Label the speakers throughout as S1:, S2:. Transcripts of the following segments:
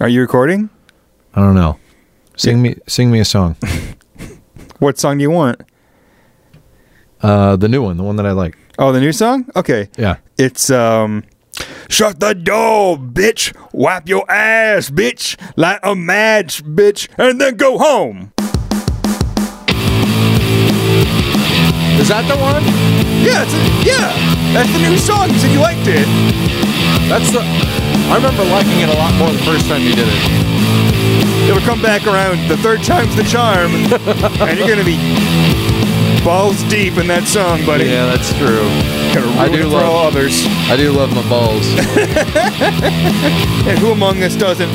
S1: Are you recording?
S2: I don't know. Sing me, sing me a song.
S1: What song do you want?
S2: Uh, the new one, the one that I like.
S1: Oh, the new song? Okay.
S2: Yeah.
S1: It's um Shut the door, bitch. Wipe your ass, bitch. Light a match, bitch, and then go home.
S2: Is that the one?
S1: Yeah, it's a, yeah. That's the new song. You said you liked it.
S2: That's the. I remember liking it a lot more the first time you did it.
S1: It'll come back around. The third time's the charm. and you're gonna be balls deep in that song, buddy.
S2: Yeah, that's true.
S1: Gonna ruin
S2: I do
S1: it for
S2: love-
S1: all others.
S2: I do love my balls.
S1: And who among us doesn't?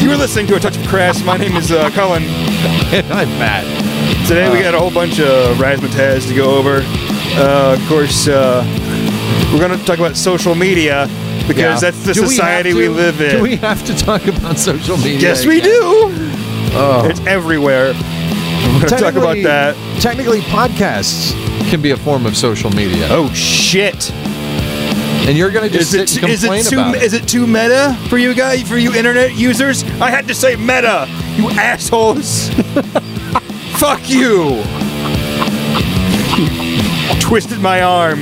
S1: You were listening to A Touch of Crass. My name is uh, Cullen.
S2: I'm fat.
S1: Today
S2: Uh.
S1: we got a whole bunch of razzmatazz to go over. Uh, of course, uh, we're going to talk about social media because that's the
S2: Do we
S1: society
S2: have
S1: we,
S2: to-
S1: live in.
S2: Do we have to talk about social media?
S1: yes, we
S2: again?
S1: do.
S2: Oh.
S1: It's everywhere. We're going to talk about
S2: Technically-
S1: that.
S2: Technically, podcasts can be a form of social media,
S1: Oh shit!
S2: and you're going to just
S1: Is
S2: sit
S1: it,
S2: and
S1: is
S2: complain
S1: it too
S2: about it.
S1: is it too meta for you guys for you internet users? I had to say meta, you assholes. Fuck you. Twisted my arm.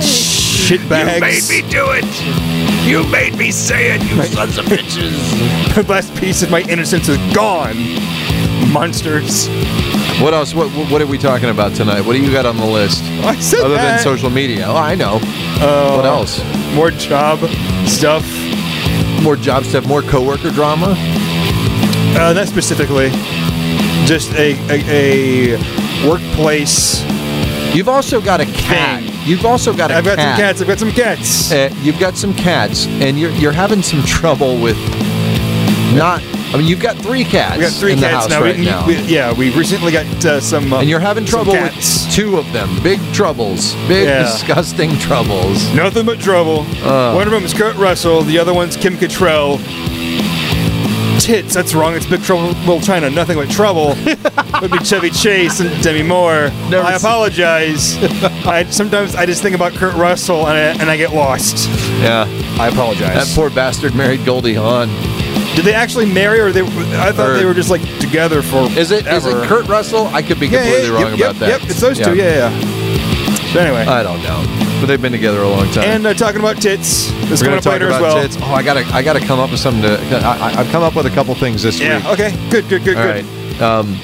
S1: Shit bags.
S3: You made me do it. You made me say it, you sons of bitches.
S1: The last piece of my innocence is gone. Monsters.
S2: What else? What, what are we talking about tonight? What do you got on the list
S1: I said
S2: other than
S1: that.
S2: social media? Oh, I know.
S1: Uh,
S2: what else?
S1: More job stuff.
S2: More job stuff, more coworker drama.
S1: Uh, not specifically. Just a a, a workplace.
S2: You've also got a cat.
S1: Thing.
S2: You've also got a
S1: I've got some
S2: cat.
S1: cats. I've got some cats.
S2: Uh, you've got some cats, and you're you're having some trouble with not. I mean, you've got three cats.
S1: We got three
S2: in the
S1: cats
S2: house
S1: now.
S2: right
S1: we,
S2: now,
S1: we- yeah, we recently got uh, some. Uh,
S2: and you're having
S1: some
S2: trouble with
S1: cats.
S2: two of them. Big troubles. Big
S1: Yeah.
S2: disgusting troubles.
S1: Nothing but trouble.
S2: Uh.
S1: One of them is Kurt Russell. The other one's Kim Cattrall. Tits. That's wrong. It's Big Trouble in Little China. Nothing but trouble. Would be Chevy Chase and Demi Moore.
S2: Never
S1: I
S2: seen-
S1: apologize. I sometimes I just think about Kurt Russell and I, and I get lost.
S2: Yeah.
S1: I apologize.
S2: That poor bastard married Goldie Hawn.
S1: Did they actually marry, or they? I thought
S2: Or-
S1: they were just like together for.
S2: Er. Is it? Is
S1: ever.
S2: it Kurt Russell? I could be
S1: Yeah, yeah,
S2: completely
S1: yeah,
S2: wrong
S1: yep, yep,
S2: about that. Uh,
S1: Yep, it's those two. Yeah, yeah. So anyway,
S2: I don't know, but they've been together a long time.
S1: and uh, talking about tits. This
S2: We're
S1: coming
S2: gonna
S1: up
S2: talk
S1: later
S2: about
S1: as well.
S2: tits. Oh, I gotta, I gotta come up with something to. I, I- I've come up with a couple things this
S1: Yeah.
S2: week.
S1: Okay. Good. Good. Good.
S2: All
S1: good.
S2: right. Um,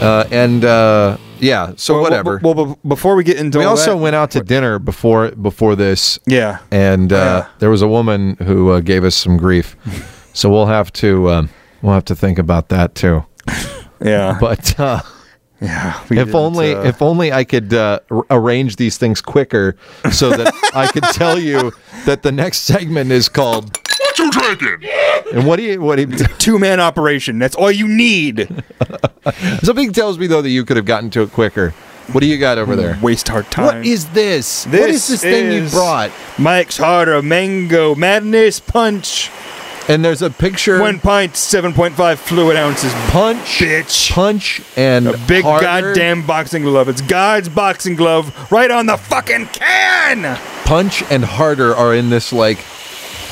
S2: uh, and uh, yeah, so
S1: Well,
S2: whatever.
S1: Well, well, be- before we get into
S2: we
S1: all
S2: also
S1: that-
S2: went out to dinner before before this,
S1: Yeah. Oh,
S2: and uh,
S1: Yeah.
S2: there was a woman who uh, gave us some grief. so we'll have to um, we'll have to think about that too.
S1: Yeah.
S2: But uh,
S1: yeah. we
S2: if
S1: didn't,
S2: only
S1: uh,
S2: if only I could uh, r- arrange these things quicker so that I could tell you that the next segment is called.
S3: What you drinking?
S2: And what do you what do you?
S1: two man operation. That's all you need.
S2: Something tells me though that you could have gotten to it quicker. What do you got over there?
S1: Waste our time.
S2: What is this? what is this thing you
S1: is
S2: brought?
S1: Mike's Harder Mango Madness Punch.
S2: And there's a picture.
S1: One pint, seven point five fluid ounces.
S2: punch,
S1: Bitch.
S2: punch, and
S1: A big
S2: harder.
S1: goddamn boxing glove. It's God's boxing glove right on the fucking can.
S2: punch and harder are in this like,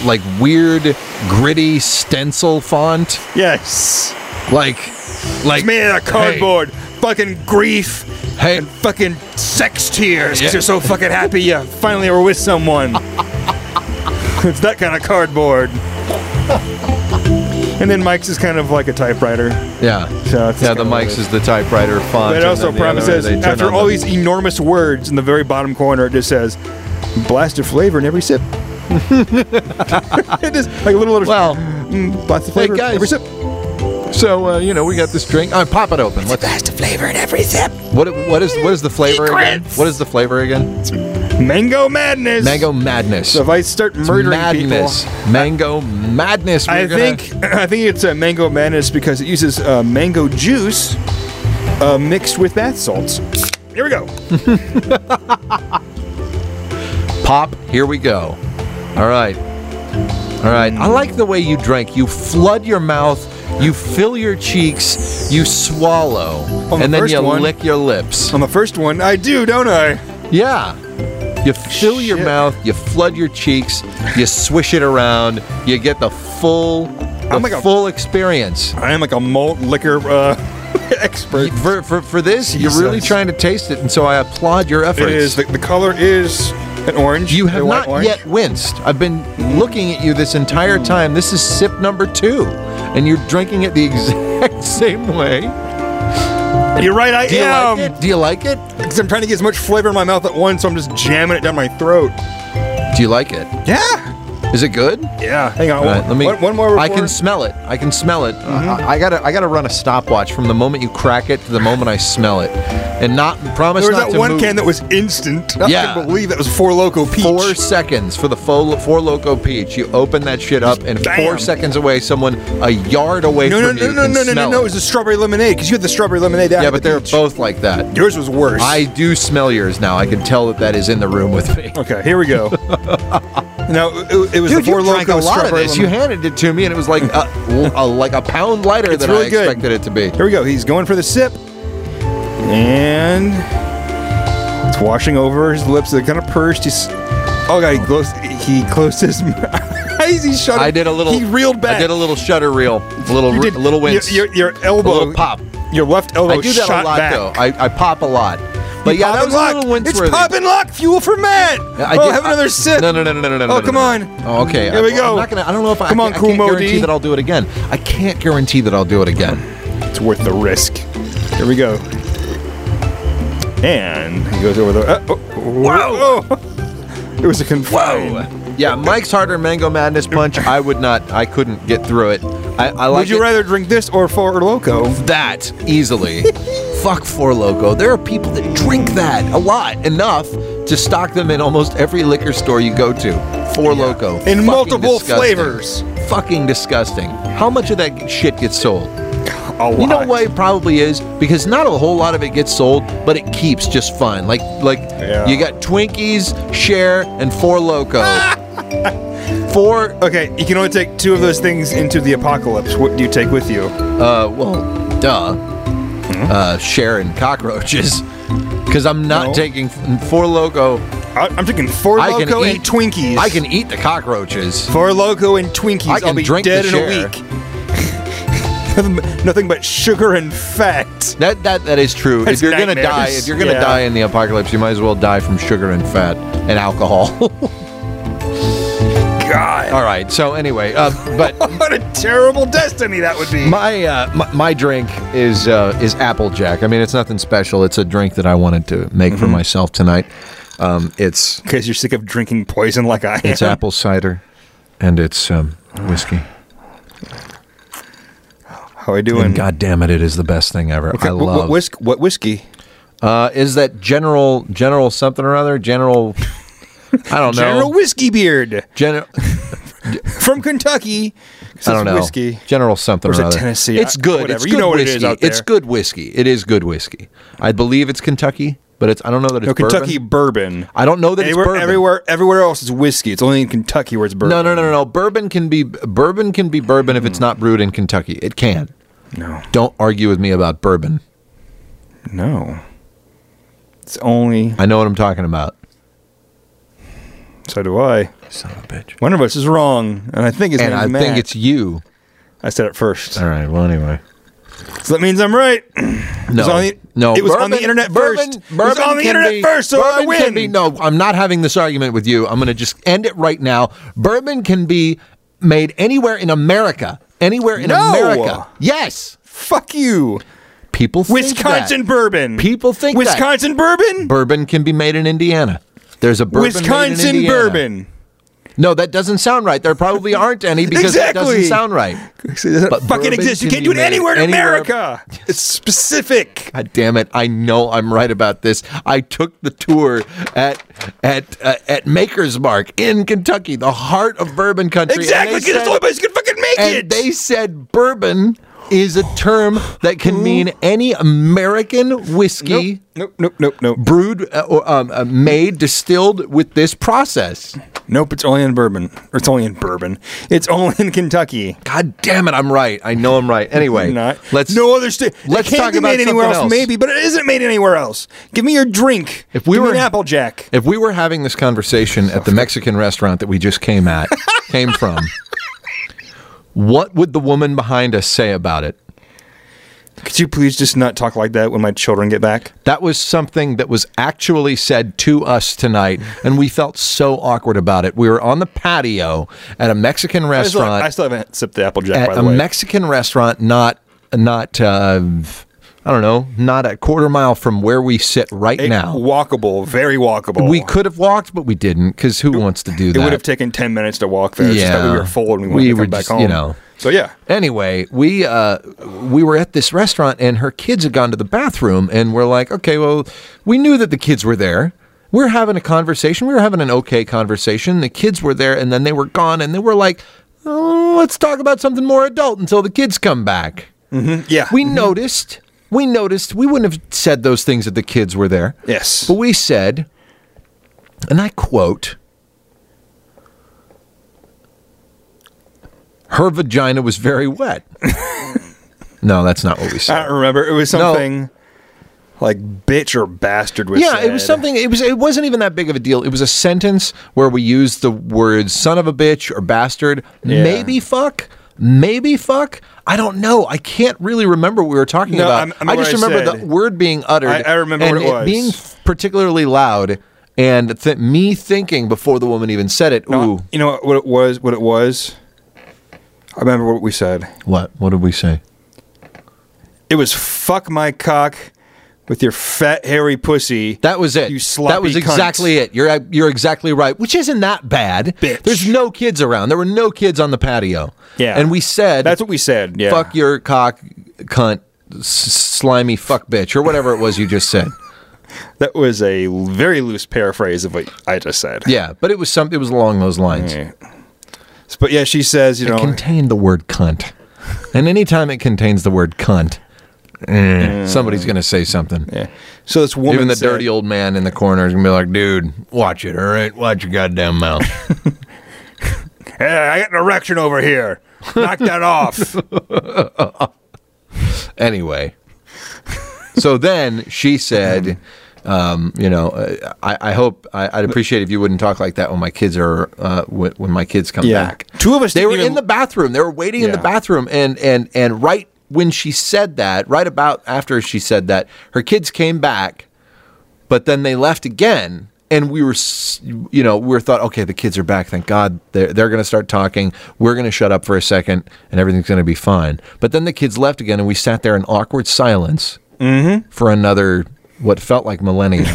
S2: like weird gritty stencil font.
S1: Yes.
S2: Like, like
S1: It's made out of cardboard. Fucking grief.
S2: Hey,
S1: and fucking sex tears because
S2: Yeah.
S1: you're so fucking happy you finally were with someone. it's that kind of cardboard. and then Mike's is kind of like a typewriter.
S2: hey. yeah,
S1: So it's
S2: yeah.
S1: kind
S2: The
S1: of
S2: mics
S1: weird.
S2: is the typewriter font.
S1: But it
S2: and
S1: also
S2: then the other-
S1: promises,
S2: they turn
S1: after
S2: on
S1: all
S2: the-
S1: these enormous words in the very bottom corner, it just says, blast of flavor in every sip. it is like a little, little
S2: Well,
S1: mm, blast of flavor in
S2: guys.
S1: every sip.
S2: so uh, you know we got this drink. All right, pop it open. Let's,
S3: That's the flavor in every sip.
S2: what what is what is the flavor again?
S3: Secrets.
S2: What is the flavor again?
S1: Mango madness.
S2: Mango madness.
S1: So if I start
S2: It's
S1: murdering
S2: madness.
S1: people,
S2: Mango madness. We're
S1: I
S2: gonna-
S1: think I think it's a mango madness because it uses uh, mango juice uh, mixed with bath salts. Here we go.
S2: pop. Here we go. All right. All right. I like the way you drink. You flood your mouth. You fill your cheeks. You swallow,
S1: On the
S2: and then
S1: first
S2: you
S1: one-
S2: lick your lips.
S1: On the first one, I do, don't I?
S2: Yeah. You fill your
S1: Shit.
S2: mouth, you flood your cheeks, you swish it around, you get the full, the
S1: I'm like a-
S2: full experience.
S1: I am like a malt liquor uh, expert.
S2: For, for, for this, you're really
S1: Jesus.
S2: trying to taste it, and so I applaud your efforts.
S1: It is the, the color is an orange.
S2: You
S1: a
S2: have
S1: light
S2: not
S1: orange. Mm.
S2: yet winced. I've been looking at you this entire time. This is sip number two, and you're drinking it the exact same way.
S1: You're right. I
S2: Do you
S1: am.
S2: like it? Do you like it?
S1: Because I'm trying to get as much flavor in my mouth at once, so I'm just jamming it down my throat.
S2: Do you like it?
S1: Yeah.
S2: Is it good?
S1: Yeah. Hang on.
S2: All
S1: one-
S2: right, let me.
S1: one, one more. Mm-hmm.
S2: I can
S1: before-
S2: smell it. I can smell it. Uh, I, I gotta. I gotta run a stopwatch from the moment you crack it to the moment I smell it, and not promise
S1: There was
S2: not
S1: that
S2: to
S1: one
S2: move.
S1: can that was instant. I
S2: Yeah.
S1: can believe that was four loco peach.
S2: Four seconds for the four, four loco peach. You open that shit up, and
S1: Bam.
S2: four seconds away, someone a yard away
S1: no, no,
S2: from
S1: no,
S2: you
S1: no, no,
S2: can
S1: no, no,
S2: smell
S1: no. It
S2: it.
S1: was the strawberry lemonade because you had the strawberry lemonade. I
S2: Yeah,
S1: had
S2: but
S1: the
S2: they're
S1: peach.
S2: both like that.
S1: Yours was worse.
S2: I do smell yours now. I can tell that that is in the room with me.
S1: Okay, here we go. now it, it was the four loco strawberry
S2: You
S1: lemonade.
S2: handed it to me, and it was like a, a- like a pound lighter
S1: It's
S2: than I
S1: really good.
S2: expected it to be.
S1: Here we go. He's going for the sip. And it's washing over his lips. They're kind of pursed. He's oh god, he closed. He closed his. mouth. Why is he shutting?
S2: I did a little.
S1: He reeled back.
S2: I did a little shudder reel. A little,
S1: You
S2: re-
S1: did-
S2: a little wince.
S1: Your, your, your elbow.
S2: a little pop.
S1: Your left elbow
S2: I do that
S1: shot
S2: a lot
S1: back.
S2: though. I, I pop a lot. But
S1: You
S2: yeah,
S1: pop
S2: that
S1: and
S2: was
S1: lock.
S2: a little wince
S1: It's pop and lock fuel for Matt.
S2: I
S1: oh,
S2: did-
S1: have
S2: I-
S1: another sip.
S2: No, no, no, no, no, no, no.
S1: Oh,
S2: no,
S1: come
S2: no.
S1: on.
S2: Oh, okay.
S1: Here we
S2: I,
S1: go.
S2: I'm not gonna, I don't know if I,
S1: Come
S2: I,
S1: on,
S2: can't- I
S1: Cool
S2: can't
S1: Mo
S2: guarantee
S1: D.
S2: that I'll do it again. I can't guarantee that I'll do it again.
S1: It's worth the risk. Here we go. And he goes over the. Uh, oh,
S3: Whoa.
S1: oh. It was a confined.
S3: Whoa.
S2: Yeah, Mike's Harder Mango Madness Punch. I would not. I couldn't get through it. I, I like
S1: Would you
S2: it-
S1: rather drink this or Four Loco?
S2: that easily. Fuck Four Loco. There are people that drink that a lot, enough to stock them in almost every liquor store you go to. Four Loco
S1: In
S2: Fucking
S1: multiple
S2: disgusting.
S1: flavors.
S2: Fucking disgusting. How much of that shit gets sold?
S1: A lot.
S2: You know why it probably is? Because not a whole lot of it gets sold, but it keeps just fine. Like like
S1: Yeah.
S2: you got Twinkies, Share, and Four Loco. Four
S1: Okay, you can only take two of those things into the apocalypse. What do you take with you?
S2: Uh, well, duh.
S1: Hmm?
S2: Uh, Sharon cockroaches. Because I'm not
S1: No.
S2: taking f- four loco.
S1: I, I'm taking Four
S2: I can
S1: Loco
S2: eat
S1: and Twinkies.
S2: I can eat the cockroaches.
S1: Four Loco and Twinkies.
S2: I can
S1: will be
S2: drink
S1: dead
S2: the
S1: in a
S2: share.
S1: week. Nothing but- Nothing but sugar and fat.
S2: That that that is true.
S1: That's
S2: if you're gonna
S1: nightmares.
S2: die, if you're gonna
S1: Yeah.
S2: die in the apocalypse, you might as well die from sugar and fat and alcohol.
S1: God,
S2: All right. So anyway, uh, but
S1: what a terrible destiny that would be.
S2: my, uh, my my drink is uh, is Applejack. I mean, it's nothing special. It's a drink that I wanted to make
S1: Mm-hmm.
S2: for myself tonight. Um, it's
S1: Because you're sick of drinking poison like I am.
S2: It's apple cider, and it's um, whiskey.
S1: How are we doing?
S2: And God damn it, it is the best thing ever. I
S1: What- What,
S2: love.
S1: whisk, what whiskey?
S2: uh, is that general general something or other? General. I don't know.
S1: General Whiskey Beard
S2: Gen-
S1: from Kentucky. 'Cause
S2: I
S1: it's
S2: don't know.
S1: Whiskey.
S2: General something
S1: Or is
S2: or
S1: it
S2: other.
S1: Tennessee?
S2: It's
S1: I-
S2: good.
S1: whatever.
S2: It's
S1: You
S2: good
S1: know what it
S2: whiskey.
S1: is out
S2: It's
S1: there.
S2: good whiskey. It is good whiskey. I believe it's Kentucky, but it's I don't know that it's
S1: No, Kentucky
S2: bourbon.
S1: bourbon.
S2: I don't know that
S1: Anywhere-
S2: it's bourbon.
S1: Everywhere, everywhere else is whiskey. It's only in Kentucky where it's bourbon.
S2: No, no, no, no, no. Bourbon can be bourbon can be bourbon if
S1: Hmm.
S2: it's not brewed in Kentucky. It can.
S1: no,
S2: Don't argue with me about bourbon.
S1: no. It's only.
S2: I know what I'm talking about.
S1: So do I.
S2: Son of a bitch.
S1: One of us is wrong, and I think it's.
S2: and I think it's you.
S1: I said it first,
S2: All right. Well, anyway.
S1: so that means I'm right.
S2: No,
S1: was on the-
S2: no.
S1: it was on the internet
S2: bourbon,
S1: first. It was
S2: Bourbon
S1: on the
S2: can
S1: internet
S2: be-
S1: first, so I
S2: bourbon can
S1: win.
S2: be- no, I'm not having this argument with you. I'm going to just end it right now. Bourbon can be made anywhere in America. Anywhere in
S1: No.
S2: America. Yes.
S1: Fuck you,
S2: People. Think
S1: Wisconsin
S2: That.
S1: bourbon.
S2: People think that.
S1: Wisconsin bourbon.
S2: Bourbon can be made in Indiana. There's a bourbon. made in
S1: Wisconsin
S2: Indiana.
S1: bourbon.
S2: No, that doesn't sound right. There probably aren't any because it doesn't
S1: Exactly.
S2: sound right.
S1: It doesn't
S2: But
S1: fucking
S2: bourbon
S1: exist. You
S2: can
S1: can't
S2: be
S1: do it
S2: made
S1: anywhere in
S2: anywhere.
S1: America. It's specific.
S2: God damn it! I know I'm right about this. I took the tour at at uh, at Maker's Mark in Kentucky, the heart of bourbon country. and
S1: Exactly,
S2: they
S1: because it's the
S2: said-
S1: only place you can fucking make
S2: and
S1: it.
S2: they said bourbon is a term that can mean any American whiskey
S1: Nope, nope, nope, nope, nope.
S2: brewed uh, or um, uh, made distilled with this process.
S1: Nope, it's only in bourbon. Or it's only in bourbon. It's only in Kentucky.
S2: God damn it, I'm right. I know I'm right. Anyway,
S1: Not.
S2: let's
S1: no other state.
S2: let's
S1: it can't
S2: talk
S1: be
S2: about
S1: made anywhere
S2: something
S1: else,
S2: else.
S1: Maybe, but it isn't made anywhere else. Give me your drink.
S2: If we
S1: Give me
S2: were-
S1: an Applejack,
S2: If we were having this conversation at the Mexican restaurant that we just came at, came from, what would the woman behind us say about it?
S1: could you please just not talk like that when my children get back?
S2: That was something that was actually said to us tonight, and we felt so awkward about it. We were on the patio at a Mexican
S1: I still, I
S2: restaurant,
S1: still haven't sipped the Applejack. by
S2: at
S1: the
S2: a
S1: way,
S2: Mexican restaurant, not not uh, I don't know, not a quarter mile from where we sit right
S1: It-
S2: now.
S1: walkable, very walkable.
S2: We could have walked, but we didn't because who wants to do that?
S1: It would have taken ten minutes to walk there. It's just that
S2: Yeah.
S1: we were full and we
S2: We
S1: wanted to
S2: were
S1: come back
S2: just, you
S1: home.
S2: know.
S1: So yeah,
S2: Anyway, we uh, we were at this restaurant and her kids had gone to the bathroom and we're like, okay, well, we knew that the kids were there. We are having a conversation. We were having an okay conversation. The kids were there and then they were gone and then we're like, oh, let's talk about something more adult until the kids come back.
S1: yeah.
S2: We noticed. We noticed. We wouldn't have said those things if the kids were there.
S1: yes.
S2: But we said, and I quote, her vagina was very wet. no, that's not what we
S1: I
S2: said.
S1: don't remember. It was something like bitch or bastard was.
S2: Yeah, it was
S1: said.
S2: something. It was. It wasn't even that big of a deal. It was a sentence where we used the words "son of a bitch" or "bastard,"
S1: Yeah.
S2: maybe "fuck," maybe "fuck." I don't know. I can't really remember what we were talking
S1: No,
S2: about.
S1: I'm- I'm
S2: just
S1: what I
S2: remember the
S1: said.
S2: word being uttered.
S1: I- I remember
S2: and
S1: what it was.
S2: being particularly loud, and th- me thinking before the woman even said it.
S1: No,
S2: Ooh,
S1: you know what, what it was? What it was? I remember what we said.
S2: what? What did we say?
S1: It was fuck my cock with your fat hairy pussy.
S2: That was it.
S1: You sloppy
S2: that was
S1: cunt.
S2: exactly it. You're you're exactly right. Which isn't that bad.
S1: Bitch.
S2: There's no kids around. There were no kids on the patio.
S1: Yeah.
S2: and we said
S1: That's what we said. Yeah.
S2: fuck your cock, cunt, s- slimy fuck bitch, or whatever it was you just said.
S1: That was a very loose paraphrase of what I just said.
S2: Yeah, but it was some. It was along those lines.
S1: Yeah. But yeah, she says, you know,
S2: It contained the word cunt, and anytime it contains the word cunt, eh, somebody's gonna say something.
S1: yeah. So this woman,
S2: Even the
S1: said-
S2: dirty old man in the corner is gonna be like, "Dude, watch it, all right? Watch your goddamn mouth."
S1: Hey, I got an erection over here. Knock that off.
S2: anyway, so then she said, um, "You know, uh, I, I hope I, I'd appreciate if you wouldn't talk like that when my kids are uh, when, when my kids come
S1: Yeah.
S2: back."
S1: Two of us
S2: They
S1: didn't
S2: were
S1: even-
S2: in the bathroom. They were waiting in the
S1: Yeah.
S2: bathroom, and and and right when she said that, right about after she said that, her kids came back, but then they left again. And we were, s- you know, we were thought, okay, the kids are back. Thank God they're, they're going to start talking. We're going to shut up for a second and everything's going to be fine. But then the kids left again and we sat there in awkward silence
S1: Mm-hmm.
S2: for another, what felt like millennia.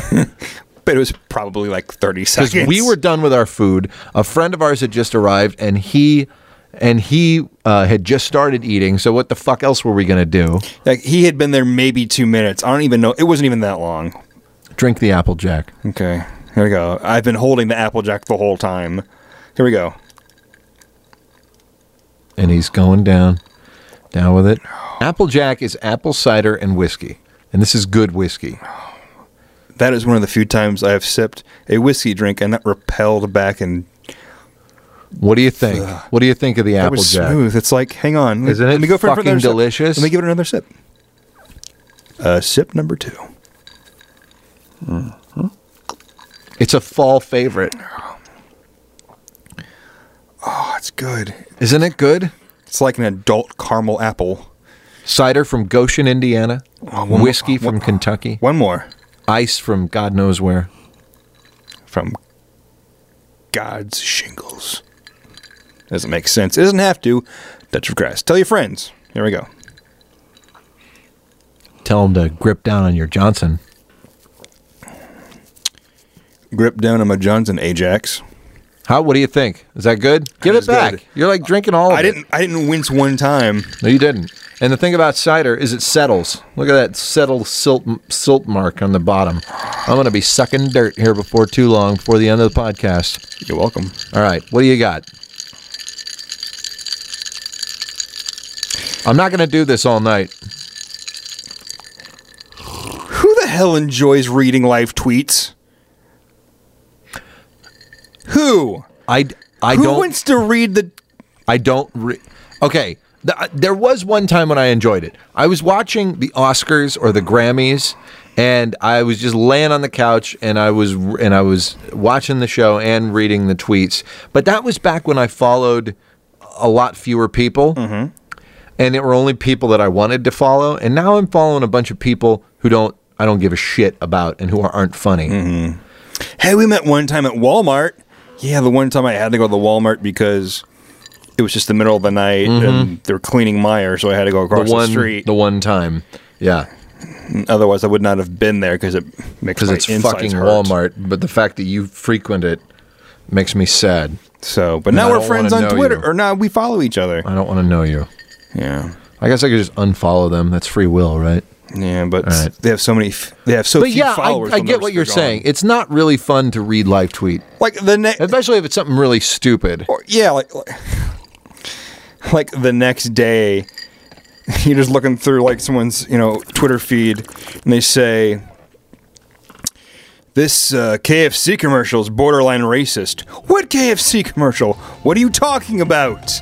S1: But it was probably like 30
S2: because
S1: seconds.
S2: we were done with our food. A friend of ours had just arrived, and he and he uh, had just started eating. So what the fuck else were we gonna do?
S1: like, he had been there maybe two minutes. I don't even know. It wasn't even that long.
S2: Drink the applejack.
S1: Okay, here we go. I've been holding the Applejack the whole time. Here we go.
S2: And he's going down, down with it. Applejack is apple cider and whiskey, and this is good whiskey.
S1: That is one of the few times I have sipped a whiskey drink and that repelled back and
S2: What do you think? What do you think of the
S1: that was
S2: applejack?
S1: smooth. It's like, hang on,
S2: Isn't it
S1: another
S2: fucking
S1: sip.
S2: delicious?
S1: Let me give it another sip. Uh, sip number two.
S2: It's a fall favorite,
S1: Oh, it's good.
S2: isn't it? Good
S1: It's like an adult caramel apple.
S2: cider from Goshen, Indiana.
S1: Oh, one-
S2: Whiskey from
S1: one-
S2: Kentucky.
S1: One more
S2: Ice from God knows where.
S1: from God's shingles. Doesn't make sense. It doesn't have to. Dutch of grass. Tell your friends. Here we go.
S2: Tell him to grip down on your Johnson.
S1: Grip down on my Johnson Ajax.
S2: How? What do you think? Is that good? Give
S1: is
S2: it back.
S1: good.
S2: You're like drinking all of
S1: I
S2: it.
S1: didn't. I didn't wince one time.
S2: No, you didn't. And the thing about cider is it settles. Look at that settled silt silt mark on the bottom. I'm gonna be sucking dirt here before too long, before the end of the podcast.
S1: You're welcome.
S2: All right, what do you got? I'm not going to do this all night.
S1: Who the hell enjoys reading live tweets? Who?
S2: I I
S1: Who
S2: don't
S1: wants to read the?
S2: I don't. Re- okay, the, uh, there was one time when I enjoyed it. I was watching the Oscars or the Grammys, and I was just laying on the couch and I was and I was watching the show and reading the tweets. But that was back when I followed a lot fewer people,
S1: Mm-hmm.
S2: and it were only people that I wanted to follow. And now I'm following a bunch of people who don't I don't give a shit about and who aren't funny.
S1: Mm-hmm. Hey, we met one time at Walmart. Yeah, the one time I had to go to the Walmart because it was just the middle of the night and they were cleaning Meyer, so I had to go across
S2: Mm-hmm. The
S1: the,
S2: one
S1: street.
S2: the one time, yeah.
S1: Otherwise, I would not have been there because it makes
S2: because
S1: my
S2: it's
S1: insides
S2: fucking
S1: hurt.
S2: Walmart. But the fact that you frequent it makes me sad.
S1: So, but
S2: I
S1: now we're
S2: don't
S1: friends
S2: wanna
S1: on
S2: know
S1: Twitter,
S2: you.
S1: or now we follow each other.
S2: I don't want to know you.
S1: Yeah,
S2: I guess I could just unfollow them. That's free will, right?
S1: yeah, but
S2: right.
S1: they have so many. F- they have so
S2: But
S1: few
S2: yeah, I,
S1: followers.
S2: I
S1: they'll
S2: get
S1: notice
S2: what you're
S1: they're gone.
S2: saying. It's not really fun to read live tweet,
S1: Like the next,
S2: especially if it's something really stupid.
S1: or yeah, like, like like the next day, you're just looking through like someone's you know Twitter feed, and they say this uh, KFC commercial is borderline racist. What KFC commercial? What are you talking about?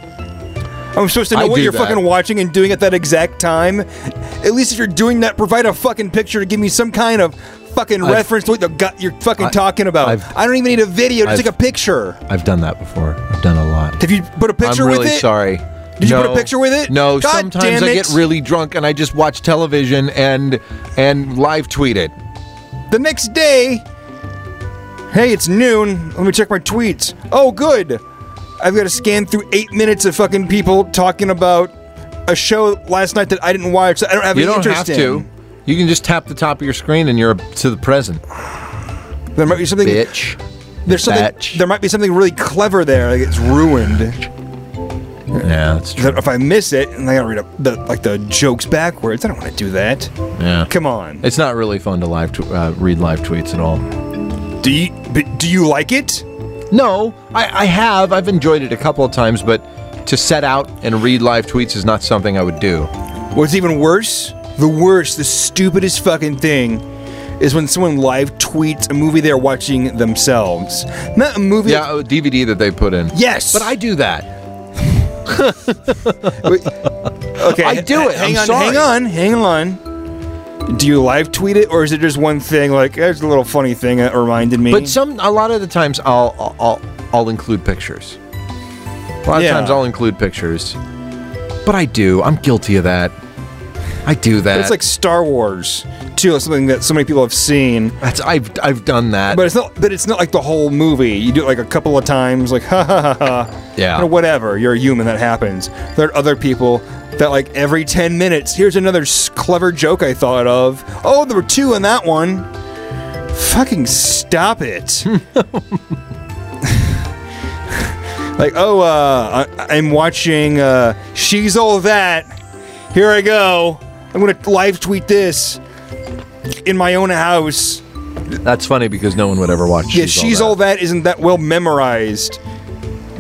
S1: I'm supposed to know
S2: I
S1: what
S2: do
S1: you're
S2: that.
S1: fucking watching and doing at that exact time. At least if you're doing that, provide a fucking picture to give me some kind of fucking reference to what the gut you're fucking talking about.
S2: I've-
S1: I don't even need a video. Just
S2: I've-
S1: take a picture.
S2: I've done that before. I've done a lot.
S1: Have you put a picture
S2: I'm really
S1: with it?
S2: sorry.
S1: Did you put a picture with it?
S2: No.
S1: God
S2: sometimes
S1: damn
S2: I
S1: it.
S2: get really drunk and I just watch television and and live tweet it.
S1: The next day, hey, it's noon. Let me check my tweets. Oh, good. I've got to scan through eight minutes of fucking people talking about a show last night that I didn't watch. That I don't have
S2: You
S1: any
S2: don't
S1: interest
S2: have to.
S1: in.
S2: You can just tap the top of your screen and you're to the present,
S1: There might be something.
S2: bitch.
S1: there's something.
S2: bitch.
S1: There might be something really clever there. Like it's ruined.
S2: Yeah, that's true.
S1: That if I miss it and I gotta read up the like the jokes backwards, I don't want to do that.
S2: Yeah.
S1: Come on.
S2: It's not really fun to live tw uh, read live tweets at all.
S1: Do you but do you like it?
S2: No, I, I have. I've enjoyed it a couple of times, but to set out and read live tweets is not something I would do.
S1: What's even worse, the worst, the stupidest fucking thing is when someone live tweets a movie they're watching themselves. Not a movie.
S2: Yeah, a DVD that they put in.
S1: Yes.
S2: But I do that.
S1: okay.
S2: I do it.
S1: Hang
S2: I'm
S1: on.
S2: sorry.
S1: Hang on. Hang on. Do you live tweet it, or is it just one thing? Like, there's a little funny thing that reminded me.
S2: But some, a lot of the times, I'll, I'll- I'll, I'll include pictures. A lot
S1: Yeah.
S2: of times, I'll include pictures. But I do. I'm guilty of that. I do that.
S1: it's like Star Wars too. It's something that so many people have seen,
S2: That's, I've, I've done that.
S1: but it's not. But it's not like the whole movie. You do it like a couple of times, like ha ha ha ha.
S2: yeah.
S1: or whatever. You're a human. That happens. There are other people that like every 10 minutes, here's another s- clever joke I thought of. Oh, there were two in that one. Fucking stop it. like, oh, uh, I- I'm watching uh, She's All That. Here I go. I'm going to live tweet this in my own house.
S2: That's funny because no one would ever watch.
S1: Yeah, she's
S2: that.
S1: all that isn't that well memorized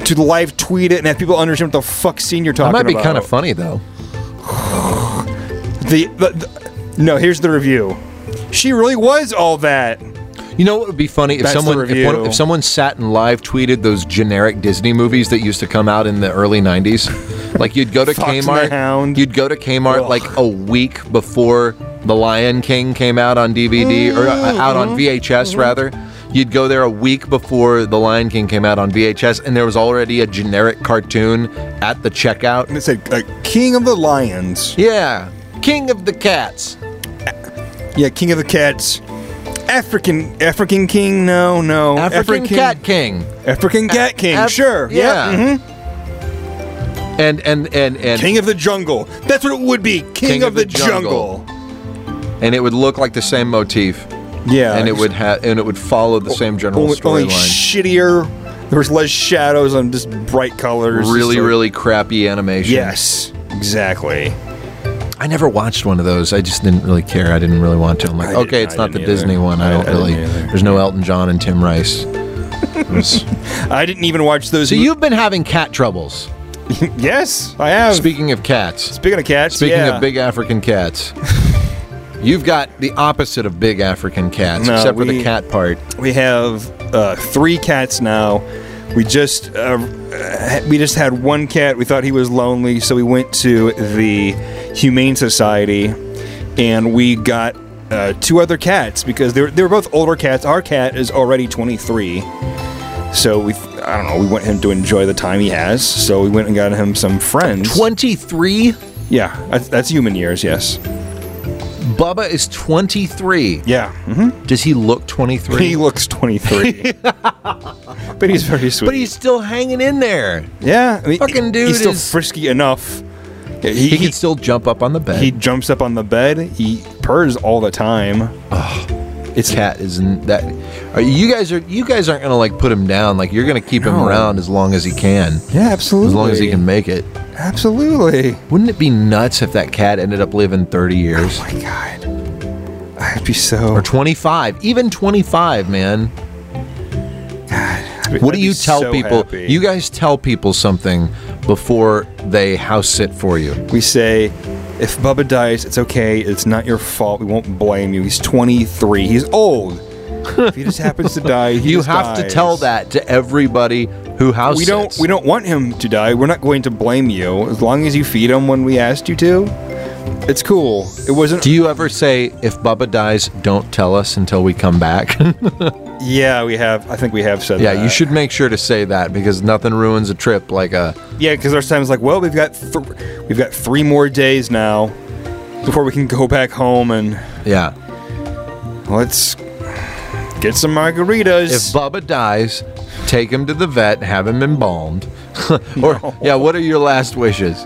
S1: to live tweet it and have people understand what the fuck scene you're
S2: That
S1: talking
S2: might
S1: about.
S2: be kind of funny though.
S1: The, the, the no, here's the review. She really was all that.
S2: You know what would be funny if
S1: That's the
S2: someone if, one,
S1: review.
S2: if someone sat and live tweeted those generic Disney movies that used to come out in the early '90s. like you'd go to
S1: Fox and the
S2: Kmart,
S1: Hound.
S2: you'd go to Kmart
S1: Ugh.
S2: like a week before The Lion King came out on DVD or uh,
S1: Mm-hmm.
S2: out on VHS rather. You'd go there a week before The Lion King came out on VHS, and there was already a generic cartoon at the checkout.
S1: And it said like, King of the Lions.
S2: Yeah, King of the Cats.
S1: Yeah, King of the Cats. African African King. No, no.
S2: African, Cat King.
S1: African Cat King.
S2: Af-
S1: sure.
S2: Yeah. Mm-hmm.
S1: Yep, mhm.
S2: And and and and
S1: King of the Jungle. That's what it would be. King, of, the, jungle.
S2: and it would look like the same motif.
S1: Yeah.
S2: and it
S1: just
S2: would have and it would follow the same general
S1: only, only
S2: storyline.
S1: shittier. There was less shadows on just bright colors.
S2: Really,
S1: Just like-
S2: really crappy animation.
S1: Yes, exactly.
S2: I never watched one of those. I just didn't really care. I didn't really want to. I'm like,
S1: didn't-
S2: okay, it's
S1: I
S2: not the
S1: didn't either.
S2: Disney one. I
S1: I-
S2: don't
S1: I
S2: really.
S1: didn't either.
S2: There's no Elton John and Tim Rice. It was-
S1: I didn't even watch those.
S2: so you've been having cat troubles.
S1: yes, I have.
S2: Speaking of cats,
S1: Speaking of cats,
S2: Speaking
S1: yeah.
S2: of big African cats, you've got the opposite of big African cats,
S1: No,
S2: except for the
S1: we-
S2: cat part.
S1: we have uh, three cats now. We just uh, uh, we just had one cat. We thought he was lonely, so we went to the Humane Society, and we got uh, two other cats because they were, they were both older cats. Our cat is already 23, so we I don't know. We want him to enjoy the time he has, so we went and got him some friends.
S2: 23?
S1: yeah, that's, that's human years. Yes.
S2: Bubba is 23.
S1: Yeah. hmm
S2: Does he look 23?
S1: He looks 23, but he's very sweet.
S2: but he's still hanging in there.
S1: Yeah, I mean,
S2: Fucking
S1: he-
S2: dude
S1: He's still
S2: is-
S1: frisky enough. Yeah, He
S2: He,
S1: he,
S2: can still jump up on the bed.
S1: he jumps up on the bed. He purrs all the time.
S2: it's cat isn't that. Are, you guys are you guys aren't gonna like put him down. Like you're gonna keep him
S1: No.
S2: around as long as he can,
S1: Yeah, absolutely.
S2: as long as he can make it.
S1: Absolutely. Oh
S2: Wouldn't it be nuts if that cat ended up living 30 years
S1: My God, I'd be so.
S2: or 25, even 25, man?
S1: I'd be- I'd
S2: What do
S1: be
S2: you tell
S1: so
S2: people?
S1: happy.
S2: You guys tell people something before they house sit for you.
S1: we say, if Bubba dies, it's okay. It's not your fault. We won't blame you. He's 23. He's old. if he just happens to die, he
S2: You
S1: just
S2: have to
S1: dies.
S2: tell that to everybody who house
S1: We don't.
S2: sits.
S1: We don't want him to die. We're not going to blame you as long as you feed him when we asked you to. It's cool. It wasn't
S2: Do you ever say if Bubba dies, don't tell us until we come back?
S1: Yeah, we have. I think we have said that.
S2: yeah, you should make sure to say that because nothing ruins a trip like a
S1: Yeah, because our time's like, well, we've got th- we've got three more days now before we can go back home and
S2: yeah.
S1: let's get some margaritas.
S2: If Bubba dies, take him to the vet, have him embalmed. or yeah, what are your last wishes?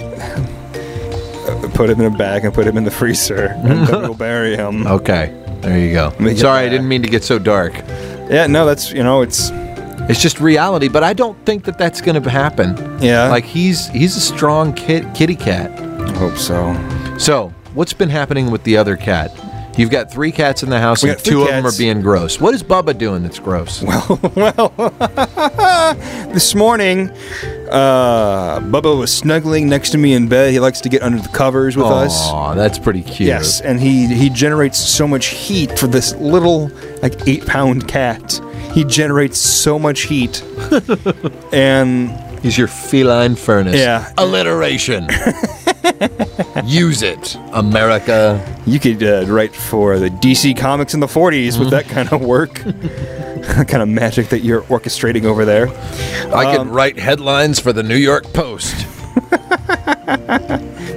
S1: put him in a bag and put him in the freezer, and then we'll bury him.
S2: Okay. There you go.
S1: me get
S2: Sorry, I
S1: that.
S2: didn't mean to get so dark.
S1: Yeah, no, that's you know, it's
S2: It's just reality, but I don't think that that's going to happen.
S1: Yeah.
S2: like he's he's a strong kid, kitty cat.
S1: I hope so.
S2: So, what's been happening with the other cat? You've got three cats in the house,
S1: We
S2: and
S1: got
S2: two
S1: three
S2: of them are
S1: cats.
S2: being gross. What is Bubba doing that's gross?
S1: This morning, uh, Bubba was snuggling next to me in bed. He likes to get under the covers with us.
S2: Aw, that's pretty cute.
S1: Yes, and he he generates so much heat for this little like eight pound cat. He generates so much heat, and
S2: he's your feline furnace.
S1: Yeah.
S2: alliteration. Use it, America.
S1: you could uh, write for the DC Comics in the '40s with that kind of work, that kind of magic that you're orchestrating over there. Um,
S2: I could write headlines for the New York Post.